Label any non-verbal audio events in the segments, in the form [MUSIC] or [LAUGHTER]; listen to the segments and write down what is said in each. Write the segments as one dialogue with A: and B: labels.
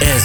A: Ez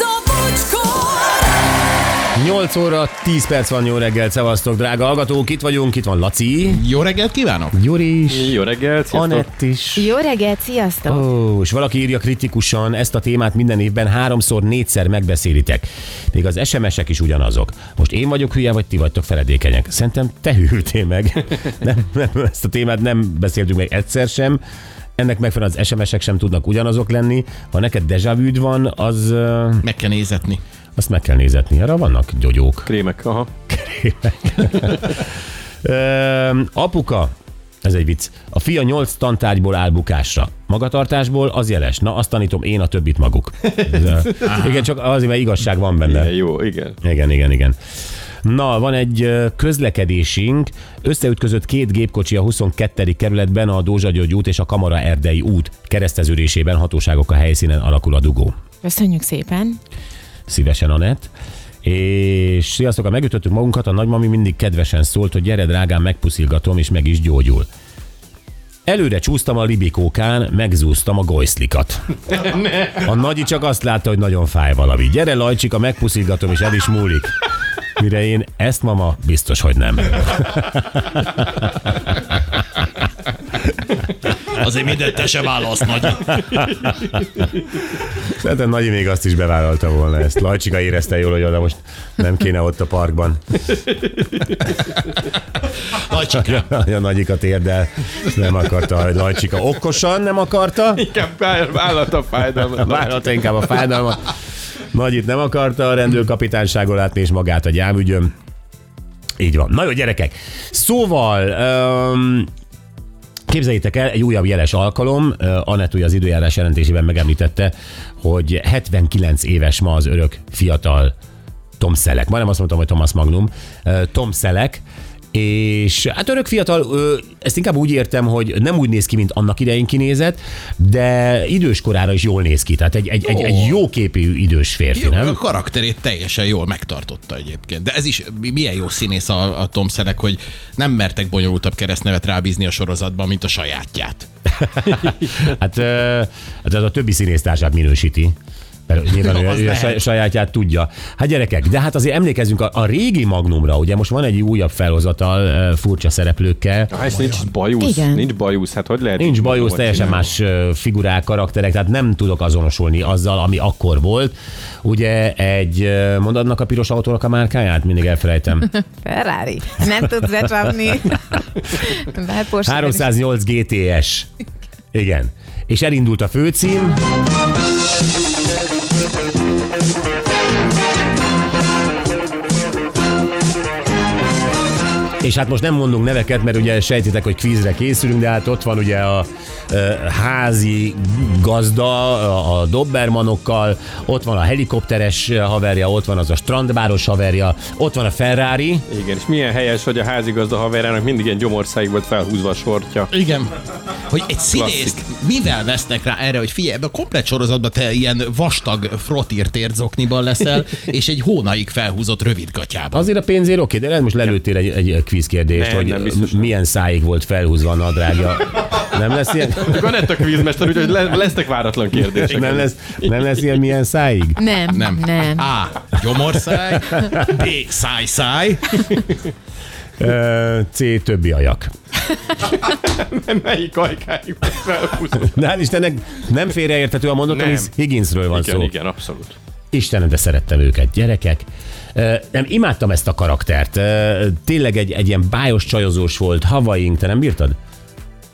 B: a bocskor!
C: 8 óra, 10 perc van jó reggel, szevasztok, drága hallgatók, itt vagyunk, itt van Laci,
D: Jó reggelt kívánok!
C: Gyuri is,
E: Jó reggelt, sziasztok.
C: Anett is.
F: Jó reggelt, sziasztok! Oh.
C: Ó, és valaki írja kritikusan, ezt a témát minden évben háromszor, négyszer megbeszélitek. Még az SMS-ek is ugyanazok. Most én vagyok hülye, vagy ti vagytok feledékenyek? Szerintem te hűltél meg. Nem, nem, ezt a témát nem beszéltünk meg egyszer sem. Ennek megfelelően az SMS-ek sem tudnak ugyanazok lenni. Ha neked dejavűd van, az, ö,
D: Meg kell nézetni.
C: azt meg kell nézetni. Arra vannak gyogyók.
E: Krémek, aha.
C: Ö, apuka, ez egy vicc. A fia 8 tantárgyból áll bukásra. Magatartásból az jeles. Na, azt tanítom én a többit maguk. Ez, ö, igen, csak azért, mert igazság van benne.
E: De jó, igen.
C: Igen, igen, igen. Na, van egy ö, közlekedésünk. Összeütközött két gépkocsi a 22. kerületben a Dózsa György út és a Kamara Erdei út kereszteződésében hatóságok a helyszínen alakul a dugó
F: Köszönjük szépen!
C: szívesen Anett. És sziasztok, ha megütöttük magunkat, a nagymami mindig kedvesen szólt, hogy gyere drágám, megpuszilgatom, és meg is gyógyul. Előre csúsztam a libikókán, megzúztam a gojszlikat. A nagyi csak azt látta, hogy nagyon fáj valami. Gyere Lajcsika, megpuszilgatom, és el is múlik. Mire én, ezt mama, biztos, hogy nem.
D: Azért mindent te sem válasz nagy.
C: Szerintem Hát Nagyi még azt is bevállalta volna ezt. Lajcsika érezte jól, hogy oda most nem kéne ott a parkban.
D: Lajcsikám.
C: A nagyikat érdel. Nem akarta, hogy Lajcsika okosan nem akarta.
E: Inkább vállat a
C: [LAUGHS]
E: fájdalmat.
C: Vállalta inkább a fájdalmat. Nagy itt nem akarta a rendőrkapitányságon látni, és magát a gyámügyön. Így van. Na jó, gyerekek. Szóval, um, képzeljétek el, egy újabb jeles alkalom. Ö, Anett ugye az időjárás jelentésében megemlítette, hogy 79 éves ma az örök fiatal Tom Selleck. Majdnem azt mondtam, hogy Thomas Magnum. Ö, Tom Selleck. És hát örök fiatal, ö, ezt inkább úgy értem, hogy nem úgy néz ki, mint annak idején kinézett, de időskorára is jól néz ki. Tehát egy, egy, egy, egy jó képű idős férfi,
D: Jó, a
C: nem?
D: karakterét teljesen jól megtartotta egyébként. De ez is mi- milyen jó színész a, a Tom Selleck, hogy nem mertek bonyolultabb keresztnevet rábízni a sorozatban, mint a sajátját.
C: Hát, ö, hát ez a többi színésztársát minősíti. Mert nyilván ő,
D: Az
C: ő a
D: lehet.
C: saj- sajátját tudja. Hát gyerekek, de hát azért emlékezünk a, a régi Magnumra, ugye most van egy újabb felhozatal ö, furcsa szereplőkkel,
E: Ah, ez nincs bajusz,
F: Igen.
E: nincs bajusz, hát hogy lehet?
C: Nincs
E: így
C: bajusz,
E: magammal
C: teljesen
E: csinálni?
C: más ö, figurák, karakterek, tehát nem tudok azonosulni azzal, ami akkor volt. Ugye egy, ö, mondanak a piros autónak a márkáját? Mindig elfelejtem.
F: Ferrari, nem tudsz becsapni. Bár Porsche
C: 308 GTS. Igen. És elindult a főcím. És hát most nem mondunk neveket, mert ugye sejtitek, hogy kvízre készülünk, de hát ott van ugye a ö, házi gazda a, a dobbermanokkal, ott van a helikopteres haverja, ott van az a strandbáros haverja, ott van a Ferrari.
E: Igen, és milyen helyes, hogy a házigazda haverának mindig ilyen gyomorszáig volt felhúzva a sortja.
D: Igen. Hogy egy színészt mivel vesznek rá erre, hogy figyelj, ebbe a komplet sorozatban te ilyen vastag frottírt érzokniban leszel, és egy hónaig felhúzott rövid gatyában.
C: Azért a pénzért oké, de lehet most lelőttél egy, egy quiz kérdést,
E: Nem,
C: hogy
E: nem, biztos nem.
C: milyen száig volt felhúzva a nadrágja. Nem lesz ilyen?
E: Akkor lett a kvízmester, úgyhogy le- lesznek váratlan kérdések.
C: Nem lesz, nem lesz ilyen milyen száig?
F: Nem,
D: Nem.
F: nem. nem.
D: A. Gyomorszáj. B. Szájszáj.
C: Ö, C. Többi ajak.
E: Melyik ajkáig volt felhúzva?
C: De hát Istennek nem félreérthető a mondatom,
E: Nem.
C: hisz Higginsről van
E: Igen,
C: szó.
E: igen, abszolút.
C: Istenem, de szerettem őket, gyerekek. Ö, Nem, imádtam ezt a karaktert. Ö, Tényleg egy, egy ilyen bájos csajozós volt, havaink, te nem bírtad?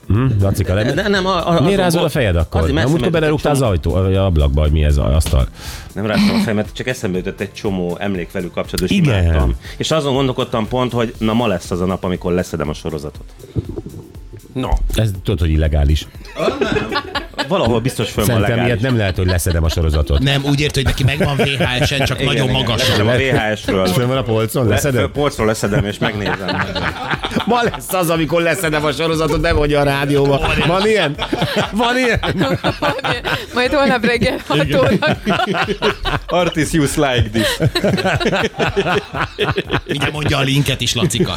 C: Hm, Lacika, le-
G: Ne- Nem, a, a,
C: Miért
G: azon
C: rázol a
G: volt-
C: fejed akkor?
G: Azért,
C: Azért,
G: mert
C: Na, múltkor
G: eszembe
C: belerúgtál az
G: jutott
C: ajtó, vagy ablakba, hogy mi ez az asztal.
G: egy csomó- Nem ráztam a fejemet, csak eszembe jutott egy csomó emlék velük kapcsolatos és
C: Igen.
G: imádtam. És azon gondolkodtam pont, hogy na ma lesz az a nap, amikor leszedem a sorozatot.
E: No,
C: Ez tudod, hogy illegális.
G: Valahol biztos föl van
C: Szerintem
G: legális.
C: ilyet nem lehet, hogy leszedem a sorozatot.
D: Nem, úgy ért, hogy neki megvan VHS-en, csak igen, nagyon
G: igen.
D: magasan.
G: Leszedem a VHS-ről.
C: Fönn van a polcon, leszedem? [LAUGHS]
G: Polcról leszedem és megnézem.
C: Ma lesz az, amikor leszedem a sorozatot, nem mondja a rádióba. Van ilyen? Van ilyen?
F: [LAUGHS] Majd holnap reggel 6 órakor.
E: Artist use like this.
D: Mindjárt mondja a linket is, Lacika.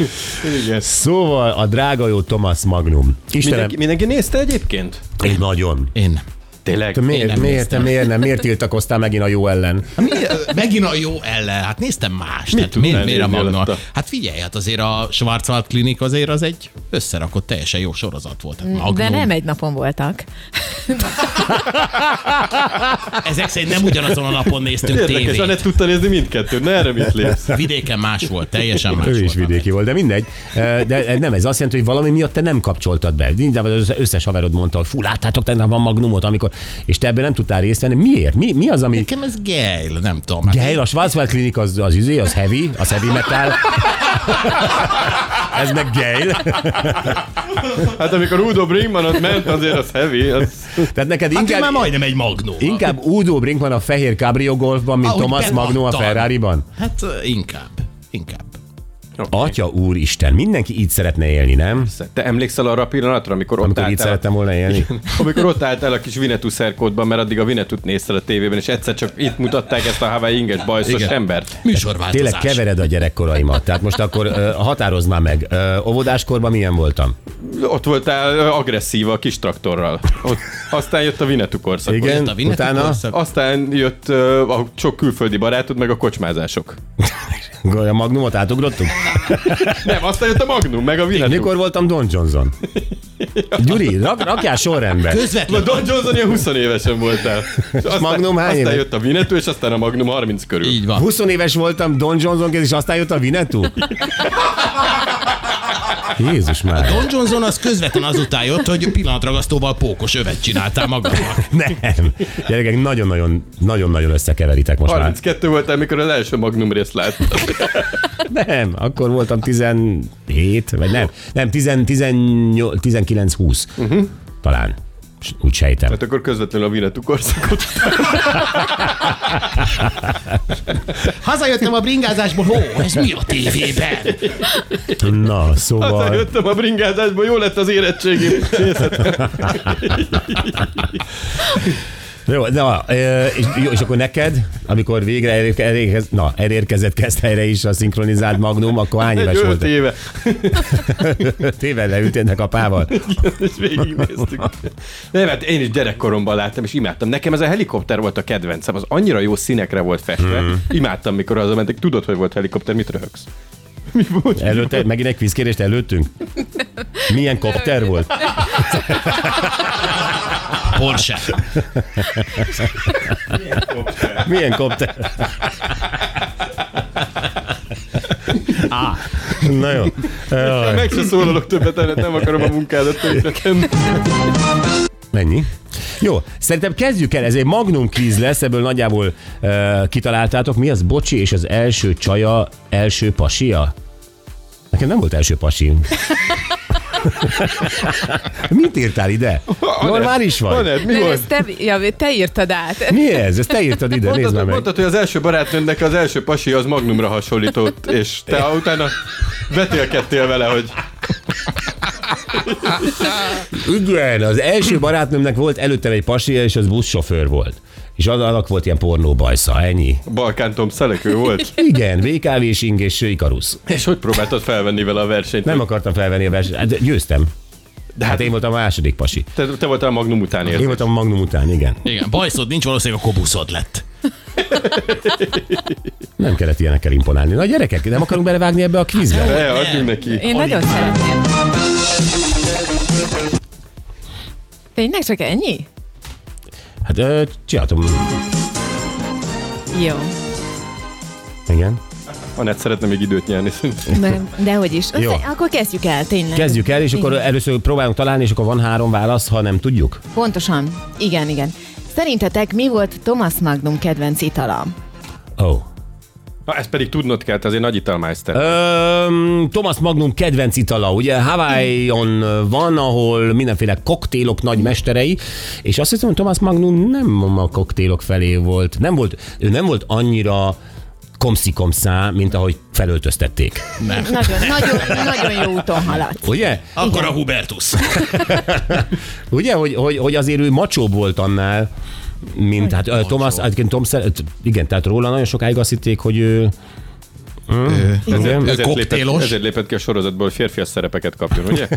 E: Igen.
C: Szóval a drága jó Thomas Magnum. Istenem,
E: Mindenki, mindenki nézte egyébként?
C: egy nagyon.
D: Én.
E: Tényleg?
C: Te miért,
D: nem
C: miért, te
D: néztem.
C: miért nem? Miért tiltakoztál megint a jó ellen?
D: Hát mi, megint a jó ellen, hát néztem más. Mit hát
E: tudnál
D: miért, miért a
E: nézni
D: magna?
E: alatta?
D: Hát figyelj, hát azért a Schwarzwald Klinik azért az egy összerakott, teljesen jó sorozat volt. Hát Magnum.
F: De nem egy napon voltak.
D: Ezek szerint nem ugyanazon a napon néztünk
E: Érdekes,
D: tévét.
E: Anett tudta nézni mindkettőt. Na erre mit lépsz?
D: Vidéken más volt, teljesen más
C: Ő
D: volt.
C: is vidéki volt, de mindegy. Eh, De nem, ez azt jelenti, hogy valami miatt te nem kapcsoltad be. Minden az összes haverod mondta, hogy fú, láttátok, tegnap van magnumot, amikor... És te ebben nem tudtál részt venni. Miért? Mi, mi az, ami...
D: Nekem ez gejl, nem tudom. Hát
C: Geil, a Schwarzwald klinik az, az izé, az heavy, az heavy metal. Ez meg geil.
E: Hát amikor Udo Brinkman ott ment, azért az heavy. Az...
C: Tehát neked
D: Hát ő
C: inkább,
D: már majdnem egy magnó.
C: inkább Udo Brinkman a fehér cabrio golfban, mint
D: Ahogy
C: Thomas Magnum a
D: belattan.
C: Ferrari-ban?
D: Hát ö, inkább, inkább.
C: Atya úristen, mindenki így szeretne élni, nem?
E: Te emlékszel arra a pillanatra, amikor ott
C: Amikor így
E: álltál?
C: szerettem volna élni.
E: Amikor ott álltál a kis Vinetú szerkódban, mert addig a Vinetút nézted a tévében, és egyszer csak itt mutatták ezt a Hawaii inges bajszos
D: Igen.
E: embert.
D: Műsorváltozás.
C: Tényleg kevered a gyerekkoraimat. Tehát most akkor ö, határozd már meg. Ö, óvodáskorban milyen voltam?
E: Ott voltál ö, agresszív a kis traktorral. Ott, aztán jött a Vinetú korszak.
C: Igen,
D: Jött a Vineti
C: utána
D: korszak.
E: Aztán jött ö, a sok külföldi barátod, meg a kocsmázások.
C: a magnumot átugrottuk?
E: Nem, aztán jött a Magnum, meg a Vinetú.
C: Mikor voltam Don Johnson? Gyuri, rak, rakjál sorrendbe.
E: A
D: Közvetlen
E: Don Johnson ilyen 20 évesen voltál. És aztán,
C: Magnum hány
E: Aztán
C: éve?
E: jött a Vinetú, és aztán a Magnum 30 körül.
D: Így van.
C: 20 éves voltam Don Johnson és aztán jött a Vinetú? Jézus már.
D: Don Johnson az közvetlen azután jött, hogy pillanatragasztóval pókos övet csináltál magadnak.
C: Nem. Gyerekek, nagyon-nagyon, nagyon-nagyon összekeveritek most már.
E: 32 voltál, amikor az első Magnum részt láttad.
C: Nem, akkor voltam 17, vagy nem, nem, 19-20 uh-huh. talán. S- Úgy sejtem.
E: Mhm. Hát akkor közvetlenül a Vinetú korszakot.
D: Hazajöttem a bringázásból, hó, ez mi a tévében?
E: [LAUGHS] Hát,
C: Na,
E: Aztán
C: szóval...
E: jöttem a bringázásból, jó lett az érettségim.
C: [LAUGHS] Jó, na, ö, és, jó, és akkor neked, amikor végre elérke, elérkez, na, elérkezett kezd helyre is a szinkronizált magnum, akkor hány
E: Egy
C: éves
E: öt
C: volt?
E: éve.
C: [LAUGHS] Öt éve leültél ennek a pával.
E: [LAUGHS] És végignéztük. Nem, hát én is gyerekkoromban láttam, és imádtam. Nekem ez a helikopter volt a kedvencem, az annyira jó színekre volt festve.
C: Mm.
E: Imádtam, mikor az mentek. Tudod, hogy volt helikopter, mit röhögsz? [LAUGHS] Mi volt?
C: Előtte, megint egy kvízkérést előttünk? Milyen kopter volt?
D: Porsche.
C: Milyen kopter? Á, na jó. Jaj.
E: Meg se szólalok többet, Anett, nem akarom a munkádat tönkretenni.
C: Mennyi? Jó, szerintem kezdjük el, ez egy magnum kvíz lesz, ebből nagyjából uh, kitaláltátok, mi az bocsi és az első csaja, első pasia? Nekem nem volt első pasim. Mit írtál ide? Normális vagy?
E: Anett, mi
F: Nem,
E: volt?
F: ezt te, ja, te írtad át.
C: Mi ez? Ezt te írtad ide, nézd már
E: Mondtad,
C: meg.
E: mondtad, hogy az első barátnőnek az első pasi az Magnumra hasonlított, és
C: [LAUGHS]
E: te utána vetélkedtél vele, hogy
C: Igen, az első barátnőmnek volt előttem egy pasia, és az buszsofőr volt. És az annak volt ilyen pornóbajsza, ennyi.
E: Balkántom szelekő volt.
C: Igen, VKV-s ing [LAUGHS] és ikarusz.
E: És hogy próbáltad felvenni vele a versenyt?
C: Nem akartam felvenni a versenyt, de győztem. De hát én voltam a második pasi.
E: Te, te voltál a Magnum után
C: Én
E: ér.
C: voltam a Magnum után, igen.
D: Igen, bajszod nincs, valószínűleg a kobuszod lett.
C: Nem kellett ilyenekkel imponálni. Na gyerekek, nem akarunk belevágni ebbe a kvízbe?
E: Ne, adjunk neki.
F: Én nagyon szeretném. Tényleg csak ennyi?
C: Hát ö, csináltam.
F: Jó.
C: Igen.
E: Anett szeretne még időt nyerni. [LAUGHS]
F: Nem, dehogy is.
C: Jó.
F: Jó. Akkor kezdjük el, tényleg.
C: Kezdjük el, és akkor
F: Igen.
C: először próbálunk találni, és akkor van három válasz, ha nem tudjuk.
F: Pontosan. Igen, igen. Szerintetek mi volt Thomas Magnum kedvenc itala?
C: Ó. Oh.
E: Na, ezt pedig tudnod kell, te azért nagy italmájszter.
C: Öm, Thomas Magnum kedvenc itala, ugye Hawaii-on van, ahol mindenféle koktélok nagy mesterei, és azt hiszem, hogy Thomas Magnum nem a koktélok felé volt, nem volt, ő nem volt annyira komszikomszá, mint ahogy felöltöztették.
F: Nagyon, nagyon, nagyon jó úton haladsz.
C: Ugye?
D: Akkor a Hubertus.
C: Ugye, hogy, hogy, hogy azért ő macsóbb volt annál, mint hát ö, Thomas, egyébként Tom, Szer- igen, tehát róla nagyon sokáig azt hitték, hogy ő... Mm, Igen.
E: Ezért lépett,
D: koktélos.
E: ezért lépett ki a sorozatból, hogy férfias szerepeket kapjon, ugye?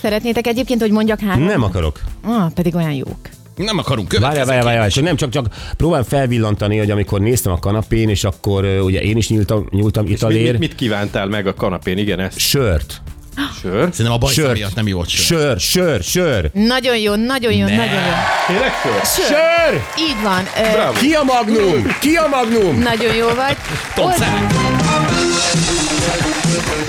F: Szeretnétek egyébként, hogy mondjak három?
C: Nem akarok.
F: Ah, pedig olyan jók.
D: Nem akarunk
C: Várjál,
D: következni.
C: várjál, várjál, és nem csak, csak próbálom felvillantani, hogy amikor néztem a kanapén, és akkor ö, ugye én is nyíltam, nyúltam
E: Mit,
C: italér,
E: mit, mit kívántál meg a kanapén? Igen, ezt
C: sört,
E: sör.
D: Szerintem a bajsza
C: Sört.
D: miatt nem jó sör.
C: sör, sör, sör,
F: Nagyon jó, nagyon jó, nagyon jó.
E: Tényleg sör?
C: sör!
F: Így van. Ö,
E: Bravo.
C: Ki a magnum? Ki a magnum?
F: nagyon jó vagy.
D: Tom Szák.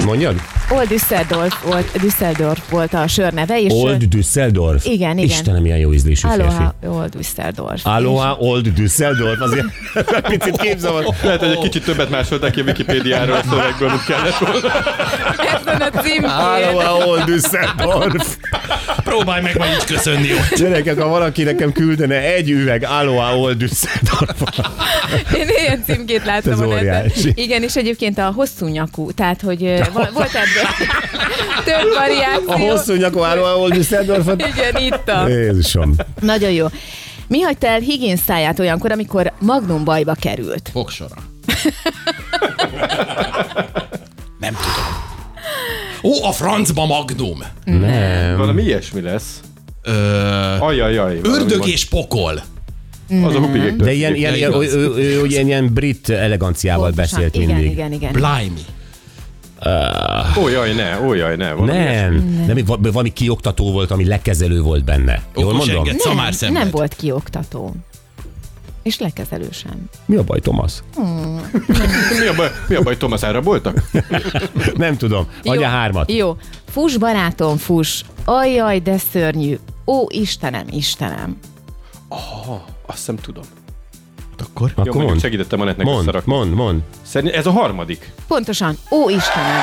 C: Mondjad?
F: Old Düsseldorf volt, Düsseldorf volt a sör neve, és
C: Old Düsseldorf.
F: Igen, igen.
C: Istenem, milyen jó ízlésű férfi.
F: Aloha, Old Düsseldorf.
C: Aloha, Old Düsseldorf, azért [LAUGHS] picit képzavar.
E: Lehet, hogy egy kicsit többet másolták ki a Wikipédiáról a szövegből, mint kellett volna.
F: Ezen a címkén.
C: Aloha, Old Düsseldorf.
D: Próbálj meg majd így köszönni ott.
C: Gyerekek, ha valaki nekem küldene egy üveg Aloha, Old Düsseldorf.
F: Én ilyen címkét láttam
C: Ez
F: a neten.
C: óriási.
F: Igen, és egyébként a hosszú nyakú, tehát hogy ö, vo- volt ebből [LAUGHS] több variáció.
C: A hosszú nyakú Aloha, Old Düsseldorfot.
F: Igen, itt a.
C: Jézusom.
F: Nagyon jó. Mi hagyta el Higgins száját olyankor, amikor Magnum bajba került?
D: Fogsora. nem tudom. Ó, a francba magnum.
C: Nem.
E: Valami ilyesmi lesz.
D: Ö,
E: Ajajaj. valami
D: ördög
E: van.
D: és pokol.
E: Az a hupigék
C: De ilyen, ilyen, ilyen, ő, ő, ő, ugye ilyen brit eleganciával
F: Pontosan.
C: beszélt
F: igen,
C: mindig.
F: Igen, igen,
D: Blimey.
E: Ó, jaj, ne, ó, jaj, ne. valami ilyesmi.
C: Nem, nem, va- valami kioktató volt, ami lekezelő volt benne. Jól
D: Okos
C: mondom?
D: enged. Szamár
F: Nem,
D: szemed.
F: nem volt kioktató. És lekezelő sem.
C: Mi a baj, Tomasz?
E: Mi a baj, mi a baj Tomaszára voltak?
C: Nem tudom. Adja
F: Jó,
C: hármat.
F: Jó. Fuss, barátom, fuss. Ajjaj, de szörnyű. Ó, Istenem, Istenem.
E: Azt hiszem tudom.
D: Akkor?
E: Jó,
C: Akkor
E: mondjuk
C: mond,
E: segítettem a netnek
C: mond,
E: összerakni.
C: mond, mond.
E: Szerintem ez a harmadik.
F: Pontosan. Ó, Istenem.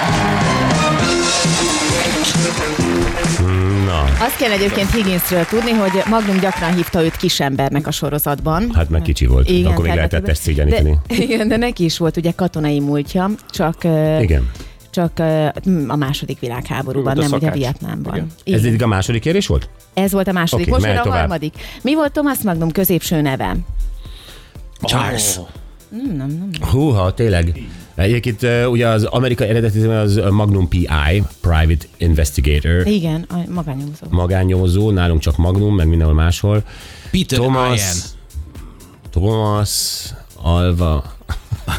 C: Na,
F: Azt kell egyébként Higginsről tudni, hogy Magnum gyakran hívta őt kisembernek a sorozatban.
C: hát meg kicsi volt. Igen, Akkor még
F: tehát
C: lehetett
F: neki-
C: ezt szégyeníteni.
F: de, [LAUGHS] Igen, de neki is volt ugye katonai múltja, csak, ö,
C: Igen.
F: csak ö, m, a második világháborúban,
E: Ő volt
F: nem
E: a
F: ugye
E: szakács.
F: Vietnámban.
E: Igen.
C: Ez
F: Ez,
C: eddig a második kérés volt?
F: ez volt a második,
C: Oké,
F: most jön
C: mehet
F: a
C: tovább.
F: harmadik. Mi volt Thomas Magnum középső neve?
C: Charles. Húha, tényleg. Egyébként ö, ugye az amerikai eredeti címe az Magnum PI, Private Investigator,
F: Igen, a magányomzó.
C: magánnyomozó, nálunk csak Magnum, meg mindenhol máshol.
D: Peter
C: Thomas.
D: Thomas.
C: Thomas Alva.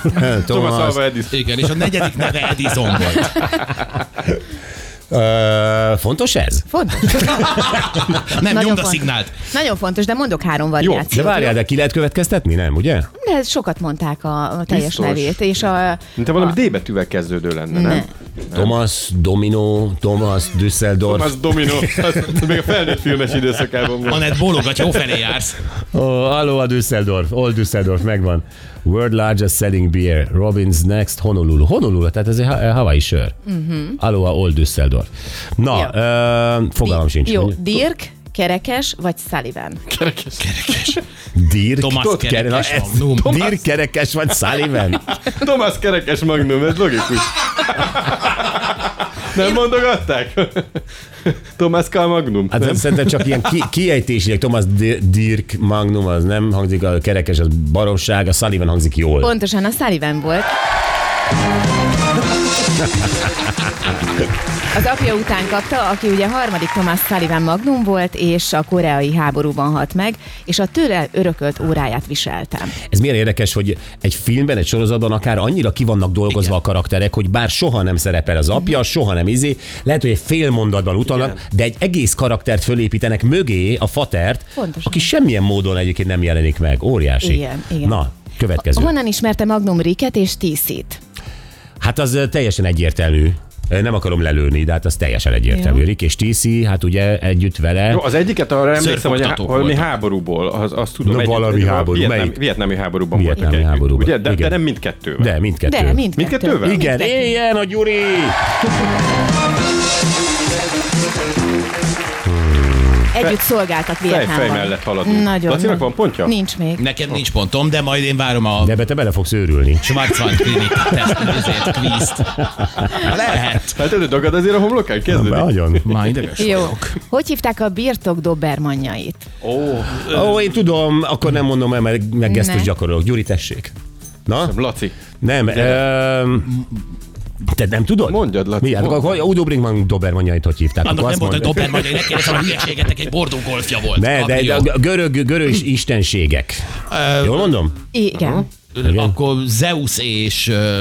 C: Thomas,
E: Thomas Alva Edison.
D: Igen, és a negyedik neve Edison volt.
C: Ö, fontos ez?
F: Fontos.
E: [LAUGHS]
D: Nem,
F: Nagyon
D: nyomd a
F: fontos.
D: szignált.
F: Nagyon fontos, de mondok három
E: Jó,
F: variációt.
C: De várjál, de ki lehet következtetni, nem, ugye?
F: De ez sokat mondták a, a teljes
E: Biztos.
F: nevét, és a...
E: Mint ha valami D betűvel kezdődő lenne, nem?
C: Thomas, Domino, Thomas, Düsseldorf.
E: Az Domino, az, az még a felnőtt filmes időszakában volt.
D: Anett bólogatja, jófelé jársz.
C: Oh, Aloha Düsseldorf, Old Düsseldorf, megvan. World Largest Selling Beer, Robin's Next, Honolulu. Honolulu, tehát ez egy ha- havai sör. Uh-huh. Aloha Old Düsseldorf. Na,
F: Jó.
C: ö, fogalmam sincs.
F: Jó,
C: Mondjuk-
F: Dirk, Kerekes vagy Sullivan?
C: Dirk,
D: Thomas
C: tudod, kere-
D: Kerekes
C: na, ez-
D: Magnum.
C: Dirk kerekes vagy Sullivan?
E: Thomas kerekes magnum, ez logikus. Nem mondogatták? Thomas K. magnum.
C: Hát
E: nem?
C: nem? szerintem csak ilyen ki, kiejtésileg. Thomas Di- Dirk Magnum az nem hangzik, a kerekes az baromság, a Sullivan hangzik jól.
F: Pontosan a Sullivan volt. Az apja után kapta, aki ugye harmadik Thomas Sullivan Magnum volt, és a koreai háborúban halt meg, és a tőle örökölt óráját viselte.
C: Ez milyen érdekes, hogy egy filmben, egy sorozatban akár annyira ki vannak dolgozva Igen. a karakterek, hogy bár soha nem szerepel az
F: Mhm.
C: apja, soha nem izé, lehet, hogy egy fél mondatban utalnak, Igen. de egy egész karaktert fölépítenek mögé a fatert,
F: Pontosan.
C: aki semmilyen módon egyébként nem jelenik meg. Óriási.
F: Igen, igen.
C: Na, következő.
F: Honnan ismerte Magnum Ricket és Tiszit?
C: Hát az ö, teljesen egyértelmű. Ö, Nem akarom lelőni, de hát az teljesen egyértelmű.
F: Jó.
C: Rick és Tiszi, hát ugye együtt vele.
E: Jó, az egyiket arra emlékszem, hogy há-
D: Szörfogtatók
E: valami
D: voltak.
E: háborúból, az, azt tudom.
C: Na,
E: egyet-
C: valami
E: a
C: háború.
E: Vietnámi,
C: Melyik?
E: vietnámi háborúban
C: Vietnámi
E: voltak együtt,
C: háborúban.
E: Ugye? De, de
C: Igen.
E: nem mindkettővel.
C: De, mindkettő.
F: De mindkettő.
E: Mindkettővel?
C: Igen,
F: Mindkettő.
C: éljen a Gyuri!
F: együtt szolgáltak
E: Fej,
F: Vietnámban.
E: fej mellett haladunk.
F: Nagyon.
E: Lacinak van pontja?
F: Nincs még.
D: Nekem nincs pontom, de majd én várom a
C: De ebbe te bele fogsz őrülni.
D: Schwarzwald Klinik tesztelőzét, kvízt. Lehet.
E: Hát elődagad azért a homlokán kezdődik.
C: Nagyon.
D: Majd ideges
F: Jó.
D: vagyok.
F: Hogy hívták a birtok dobermanjait?
E: Ó,
C: Ó, én tudom, akkor nem mondom el, mert meg gesztus
F: Ne.
C: gyakorolok. Gyuri, tessék. Na?
E: Laci.
C: Nem. Öm, te nem tudod?
E: Mondjad, Laci,
C: Mi? Hát
E: mondd.
C: akkor Udo Brinkmann Dobermanjait hogy hívták?
D: Annak
C: Akkor
D: Hát nem
C: azt
D: volt, hogy
C: mondd.
D: Doberman, hogy ne kérdezem, a hülyeségetek egy bordó golfja volt.
C: Ne, de, de
D: Gabriel.
C: a görög, görög is istenségek. Jól mondom?
F: Igen.
D: Akkor Zeus és ö,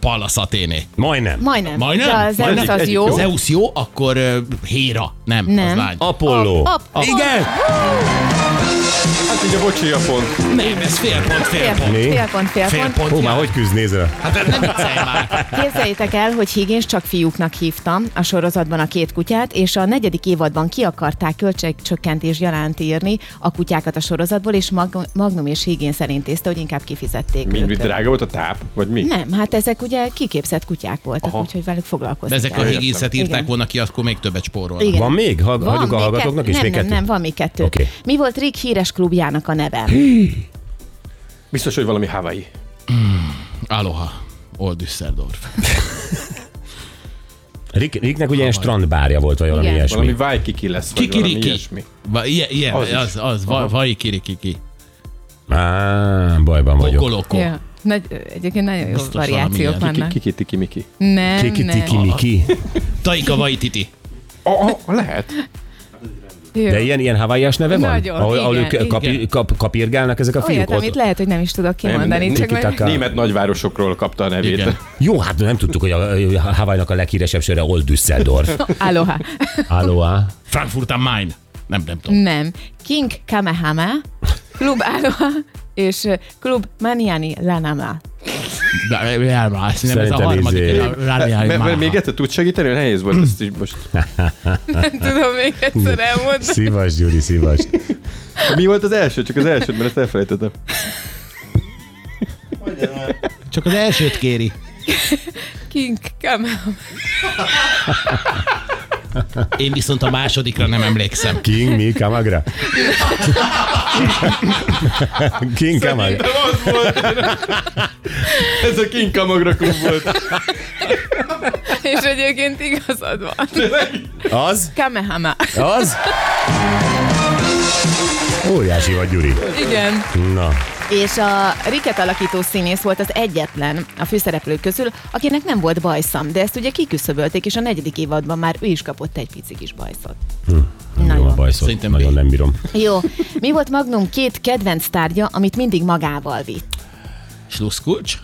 D: Pallas Athéné.
C: Majdnem.
F: Majdnem.
D: Majdnem?
F: De az Zeus
D: Majdnem.
F: az
E: Egy-
F: jó.
D: Zeus jó, akkor ö, Héra. Nem,
F: Nem.
D: az lány.
C: Apollo.
F: Ap- ap-
C: Igen?
E: Hát így a bocsi a pont.
D: Nem, ez fél pont, fél
F: Fél
D: pont.
F: pont, fél pont, fél
D: Fél
F: pont.
D: pont.
C: Hú,
D: jár.
C: már hogy küzd nézel?
D: Hát nem viccelj már.
F: Képzeljétek el, hogy Higgins csak fiúknak hívtam a sorozatban a két kutyát, és a negyedik évadban ki akarták költségcsökkentés gyaránt írni a kutyákat a sorozatból, és Mag- Magnum és Higgins elintézte, hogy inkább kifizették
E: Mi, mi
F: őket.
E: drága volt a táp? Vagy mi?
F: Nem, hát ezek ugye kiképzett kutyák voltak,
E: Aha.
F: úgyhogy velük foglalkozni
D: De ezek a
F: kell.
D: higgiszet írták
F: Igen.
D: volna ki, akkor még többet spórolnak.
F: Igen.
C: Van még? Ha, hagyjuk a
F: még
C: hallgatóknak
F: kettő-
C: is
F: nem,
C: még
F: nem,
C: kettőt?
F: nem, van még kettő.
C: Oké.
F: Mi volt Rick híres klubjának a neve?
E: Biztos, hogy valami Hawaii.
D: Aloha. Old Düsseldorf.
C: Rick, Ricknek ugye ilyen strandbárja volt, vagy valami
F: Igen.
C: ilyesmi.
E: Valami Waikiki lesz, vagy valami
D: Kikiriki.
E: ilyesmi.
D: Va- Ilyen, ilyen,
E: Az is.
D: az, az, va- vai kirikiki.
C: Á, bajban vagyok.
D: Kokoloko.
F: Nagy, egyébként nagyon jó
D: Biztos variációk valami
E: Ki- Kiki, tiki, miki.
F: Nem,
C: Kiki tiki miki.
D: Taika Waititi.
E: A, a, lehet.
C: De ilyen, ilyen havaias neve van?
F: Nagyon,
C: ahol, ahol
F: igen,
C: ők kapi,
D: igen.
C: kap, kapirgálnak ezek a fiúk
F: Olyat,
C: ott.
F: amit lehet, hogy nem is tudok kimondani,
E: Nem,
F: csak
C: Nikitaka.
F: majd...
C: Ka-
E: Német nagyvárosokról kapta a nevét.
D: Igen.
C: Jó, hát nem tudtuk, hogy a, a Havajnak a leghíresebb sörre Old Düsseldorf.
F: [LAUGHS] Aloha.
C: Aloha.
D: Frankfurt am Main. Nem, nem tudom.
F: Nem. King Kamehame, Klub Aloha, és ö, Klub Maniani Lanama.
D: De, nem, nem ez a
C: Szerintem izé-
D: harmadik.
E: Mert mert még egyszer tud segíteni, nehéz volt ezt így most.
F: Nem tudom még egyszer elmondani.
C: Szívas, Gyuri, szívas.
E: Mi volt az első? Csak az elsőt, mert ezt elfelejtettem.
D: Csak az elsőt kéri.
F: [LAUGHS] King Kamehame.
D: Én viszont a másodikra nem emlékszem.
C: King mi Kamagra? King Kamagra.
E: az volt. Ez a King Kamagra klub volt.
F: És egyébként igazad van.
C: Az?
F: Kamehame.
C: Az? Óriási vagy, Gyuri.
F: Igen.
C: Na,
F: És a Riket alakító színész volt az egyetlen a főszereplők közül, akinek nem volt bajszam, de ezt ugye kiküszöbölték, és a negyedik évadban már ő is kapott egy pici kis bajszot. Hm,
C: jó a bajszot.
D: Szerintem
C: Nagyon
D: B.
C: nem bírom.
F: Jó. Mi volt Magnum két kedvenc tárgya, amit mindig magával vitt?
D: Sluszkulcs?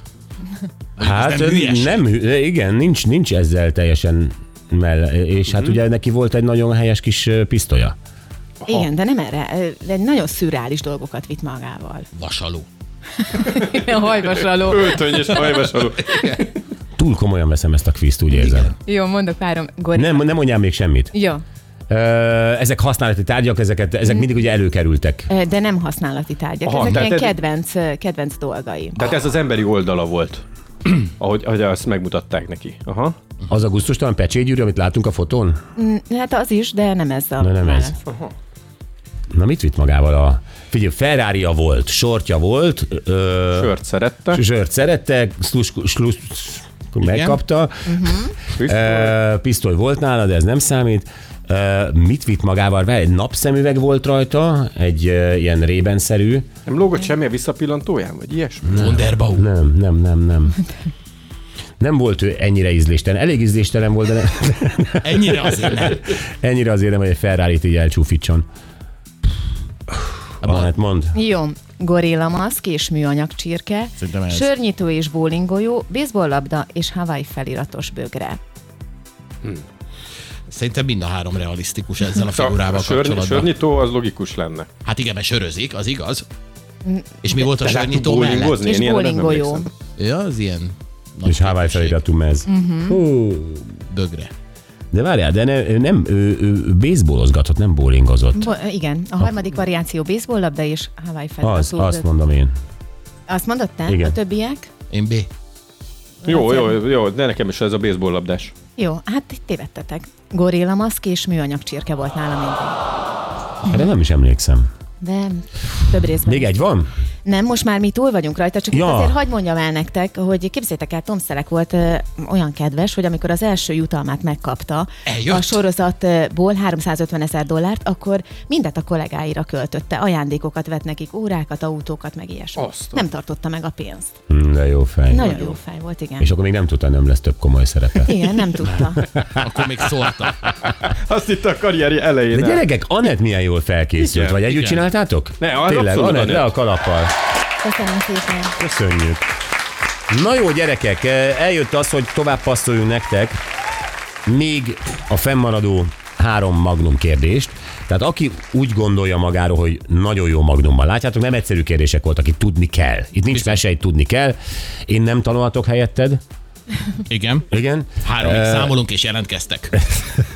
C: Hát
D: nem hülyes.
C: nem, hü- igen, nincs, nincs ezzel teljesen mell, és hát ugye neki volt egy nagyon helyes kis ö, pisztolya.
F: Igen, de nem erre. Ö, De nagyon szürreális dolgokat vitt magával. [LAUGHS]
D: Vasaló.
F: Ilyen hajvasaló.
E: Öltönyös hajvasaló.
C: Túl komolyan veszem ezt a kvízt, úgy érzem.
F: Jó, mondok párom. Gori.
C: Nem, nem mondjál még semmit.
F: Jó,
C: Ö, ezek használati tárgyak, ezeket, ezek mindig ugye előkerültek.
F: Ö, de nem használati tárgyak.
E: Aha,
F: Ezek
E: tehát
F: ilyen
E: ez-
F: kedvenc, ö, kedvenc dolgai.
E: Tehát ez az emberi oldala volt. Ahogy, ahogy azt megmutatták neki. Aha.
C: Az a gusztustalan pecsétgyűrű, amit látunk a fotón?
F: Hát az is, de nem ez a
C: Na, nem ez.
F: válasz.
C: Na mit vitt magával a... Figyelj, ferrari volt, sortja volt, ö,
E: Sört szerette.
C: zsört szerette, slusz, slusz, megkapta, Ö, pisztoly volt nála, de ez nem számít. Ö, mit vitt magával? Vele? Egy napszemüveg volt rajta, egy ö, ilyen rébenszerű.
E: Nem lógott semmi a visszapillantóján, vagy ilyesmi?
D: Wonderbau.
C: Nem, nem, nem, nem. Nem volt ő ennyire ízléstelen. Elég ízléstelen volt, de nem, [LAUGHS]
D: Ennyire azért nem.
C: ennyire azért nem, hogy egy Ferrari-t így elcsúfítson. Van, hát mond.
F: Jó, gorilla maszk és műanyag csirke,
D: Szerintem ez.
F: sörnyitó és bowlingolyó, baseball és Hawaii feliratos bögre.
D: Szerintem mind a három realisztikus ezzel a
E: A
D: figurával
E: sörny-
D: kapcsolatban.
E: sörnyitó az logikus lenne.
D: Hát igen, mert sörözik, az igaz. És mi volt a
E: Láttuk
D: sörnyitó mellett?
E: bowlingozni?
F: És
E: Én ilyenre nem
F: bowlingolyó.
E: emlékszem.
D: Ja, az ilyen nagy
C: És Hawaii
D: képesség. Mhm.
C: feliratú mez. Hú.
D: Bögre.
C: De várjál, de ne, ő nem, ő, ő baseballozgatott, nem bowlingozott.
F: Bo- igen, a harmadik variáció baseball labda és Hawaii
C: Az,
F: feliratú
C: azt
F: bögre.
C: mondom én.
F: Azt mondod te?
C: Igen.
F: A többiek?
D: Én B.
E: Jó, hát jó, jó, de nekem is ez a baseball labdás.
F: Jó, hát itt tévedtetek. Gorilla maszk és műanyag csirke volt nálam mindig.
C: Erre nem is emlékszem.
F: De több részben.
C: Még egy van?
F: Nem, most már mi túl vagyunk rajta, csak
C: Ja.
F: ja. azért hagyd mondjam el nektek, hogy képzétek el, Tom Szelek volt ö, olyan kedves, hogy amikor az első jutalmát megkapta
D: Eljött?
F: a sorozatból 350 ezer dollárt, akkor mindet a kollégáira költötte. Ajándékokat vett nekik, órákat, autókat, meg ilyesmi.
E: Azt a-
F: Nem tartotta meg a pénzt.
C: Hm, De jó fej.
F: Nagyon jó fej volt, igen.
C: És akkor még nem tudta, nem lesz több komoly szerepe.
F: Igen, nem tudta.
D: Akkor még szóltam.
E: Azt itt a karrierje elején.
C: De
E: el.
C: gyerekek, Anett milyen jól felkészült,
E: Igen,
C: vagy együtt
D: igen.
C: csináltátok?
E: Ne, az
C: Tényleg,
E: abszolút
C: Anett,
E: Anett.
C: le a kalappal.
F: Köszönöm szépen.
C: Köszönjük. Na jó, gyerekek, eh, eljött az, hogy tovább passzoljunk nektek még a fennmaradó három magnum kérdést. Tehát aki úgy gondolja magáról, hogy nagyon jó magnumban. Látjátok, nem egyszerű kérdések voltak, itt tudni kell. Itt nincs mese, itt tudni kell. Én nem tanulhatok helyetted.
D: Igen.
C: Igen. Eh,
D: Háromig
C: Ö,
D: számolunk és jelentkeztek.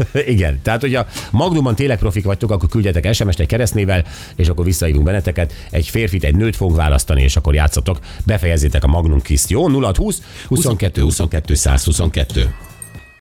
C: [LAUGHS] Igen, tehát hogy a Magnumban tényleg profik vagytok, akkor küldjetek SMS-t egy keresztnével, és akkor visszahívunk benneteket. Egy férfit, egy nőt fogunk választani, és akkor játszatok. Befejezzétek a Magnum kiszt, jó? 0620 22 22 122.